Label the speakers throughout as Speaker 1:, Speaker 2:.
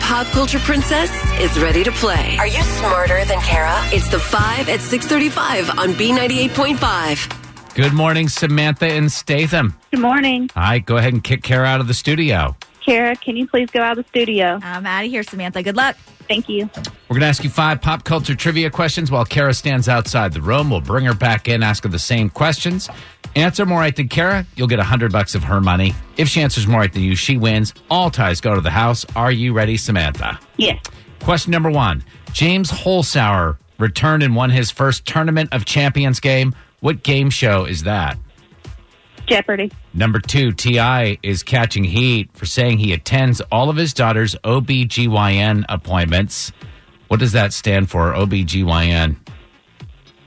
Speaker 1: pop culture princess is ready to play.
Speaker 2: Are you smarter than Kara?
Speaker 1: It's the 5 at 635 on B98.5.
Speaker 3: Good morning, Samantha and Statham.
Speaker 4: Good morning.
Speaker 3: All right, go ahead and kick Kara out of the studio.
Speaker 4: Kara, can you please go out of the studio?
Speaker 5: I'm out of here, Samantha. Good luck.
Speaker 4: Thank you.
Speaker 3: We're going to ask you five pop culture trivia questions while Kara stands outside the room. We'll bring her back in, ask her the same questions. Answer more right than Kara, you'll get 100 bucks of her money. If she answers more right than you, she wins. All ties go to the house. Are you ready, Samantha?
Speaker 4: Yes.
Speaker 3: Question number one James Holshouser returned and won his first Tournament of Champions game. What game show is that?
Speaker 4: Jeopardy.
Speaker 3: Number two, T.I. is catching heat for saying he attends all of his daughter's OBGYN appointments. What does that stand for, OBGYN?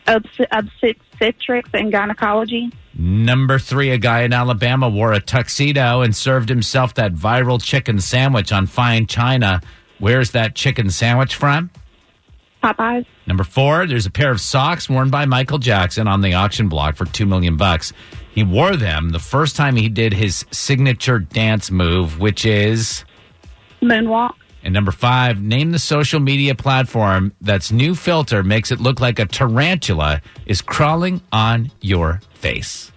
Speaker 4: Obst- obstetrics and gynecology.
Speaker 3: Number three, a guy in Alabama wore a tuxedo and served himself that viral chicken sandwich on fine china. Where's that chicken sandwich from?
Speaker 4: Popeyes.
Speaker 3: Number four, there's a pair of socks worn by Michael Jackson on the auction block for two million bucks. He wore them the first time he did his signature dance move, which is.
Speaker 4: Moonwalk.
Speaker 3: And number five, name the social media platform that's new filter makes it look like a tarantula is crawling on your face.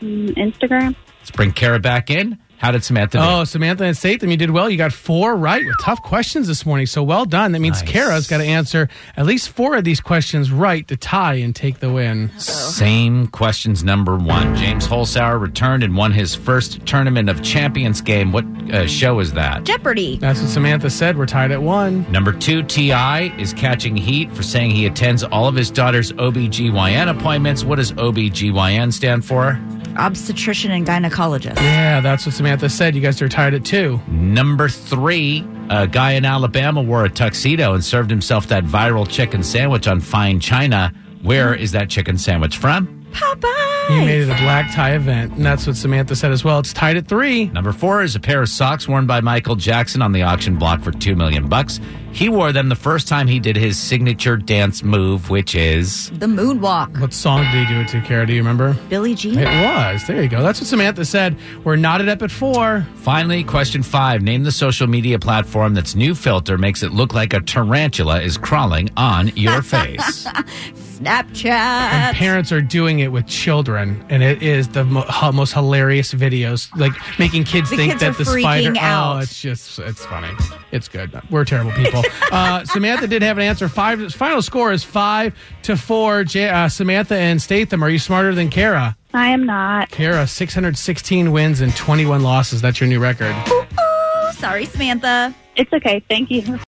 Speaker 4: Mm, Instagram.
Speaker 3: Let's bring Kara back in. How did Samantha do?
Speaker 6: Oh, Samantha and Statham, you did well. You got four right with tough questions this morning. So well done. That means
Speaker 3: Nice.
Speaker 6: Kara's got to answer at least four of these questions right to tie and take the win.
Speaker 3: Same questions number one. James Holshauer returned and won his first tournament of champions game. What uh, show is that?
Speaker 5: Jeopardy.
Speaker 6: That's what Samantha said. We're tied at one.
Speaker 3: Number two, T.I. is catching heat for saying he attends all of his daughter's OBGYN appointments. What does OBGYN stand for?
Speaker 5: Obstetrician and gynecologist.
Speaker 6: Yeah, that's what Samantha said. You guys are tied at two.
Speaker 3: Number three, a guy in Alabama wore a tuxedo and served himself that viral chicken sandwich on fine china. Where is that chicken sandwich from?
Speaker 6: You
Speaker 5: Popeye.
Speaker 6: made it a black tie event, and that's what Samantha said as well. It's tied at three.
Speaker 3: Number four is a pair of socks worn by Michael Jackson on the auction block for two million bucks. He wore them the first time he did his signature dance move, which is
Speaker 5: The moonwalk.
Speaker 6: What song did he do it to, Kara? Do you remember?
Speaker 5: Billie
Speaker 6: It
Speaker 5: Jean.
Speaker 6: was. There you go. That's what Samantha said. We're knotted up at four.
Speaker 3: finally question five. Name the social media platform that's new filter makes it look like a tarantula is crawling on your face.
Speaker 6: And
Speaker 5: Snapchat.
Speaker 6: parents are doing it with children, and it is the mo- ho- most hilarious videos. Like making kids
Speaker 5: The
Speaker 6: think
Speaker 5: kids
Speaker 6: that
Speaker 5: are
Speaker 6: the spider.
Speaker 5: freaking out.
Speaker 6: Oh, it's just it's funny. It's good. We're terrible people. uh, Samantha did have an answer. Five. Final score is five to four. J- uh, Samantha and Statham. Are you smarter than Kara?
Speaker 4: I am not.
Speaker 6: Kara, six hundred sixteen wins and twenty one losses. That's your new record.
Speaker 5: Ooh, ooh. Oh, Sorry, Samantha.
Speaker 4: It's okay. Thank you.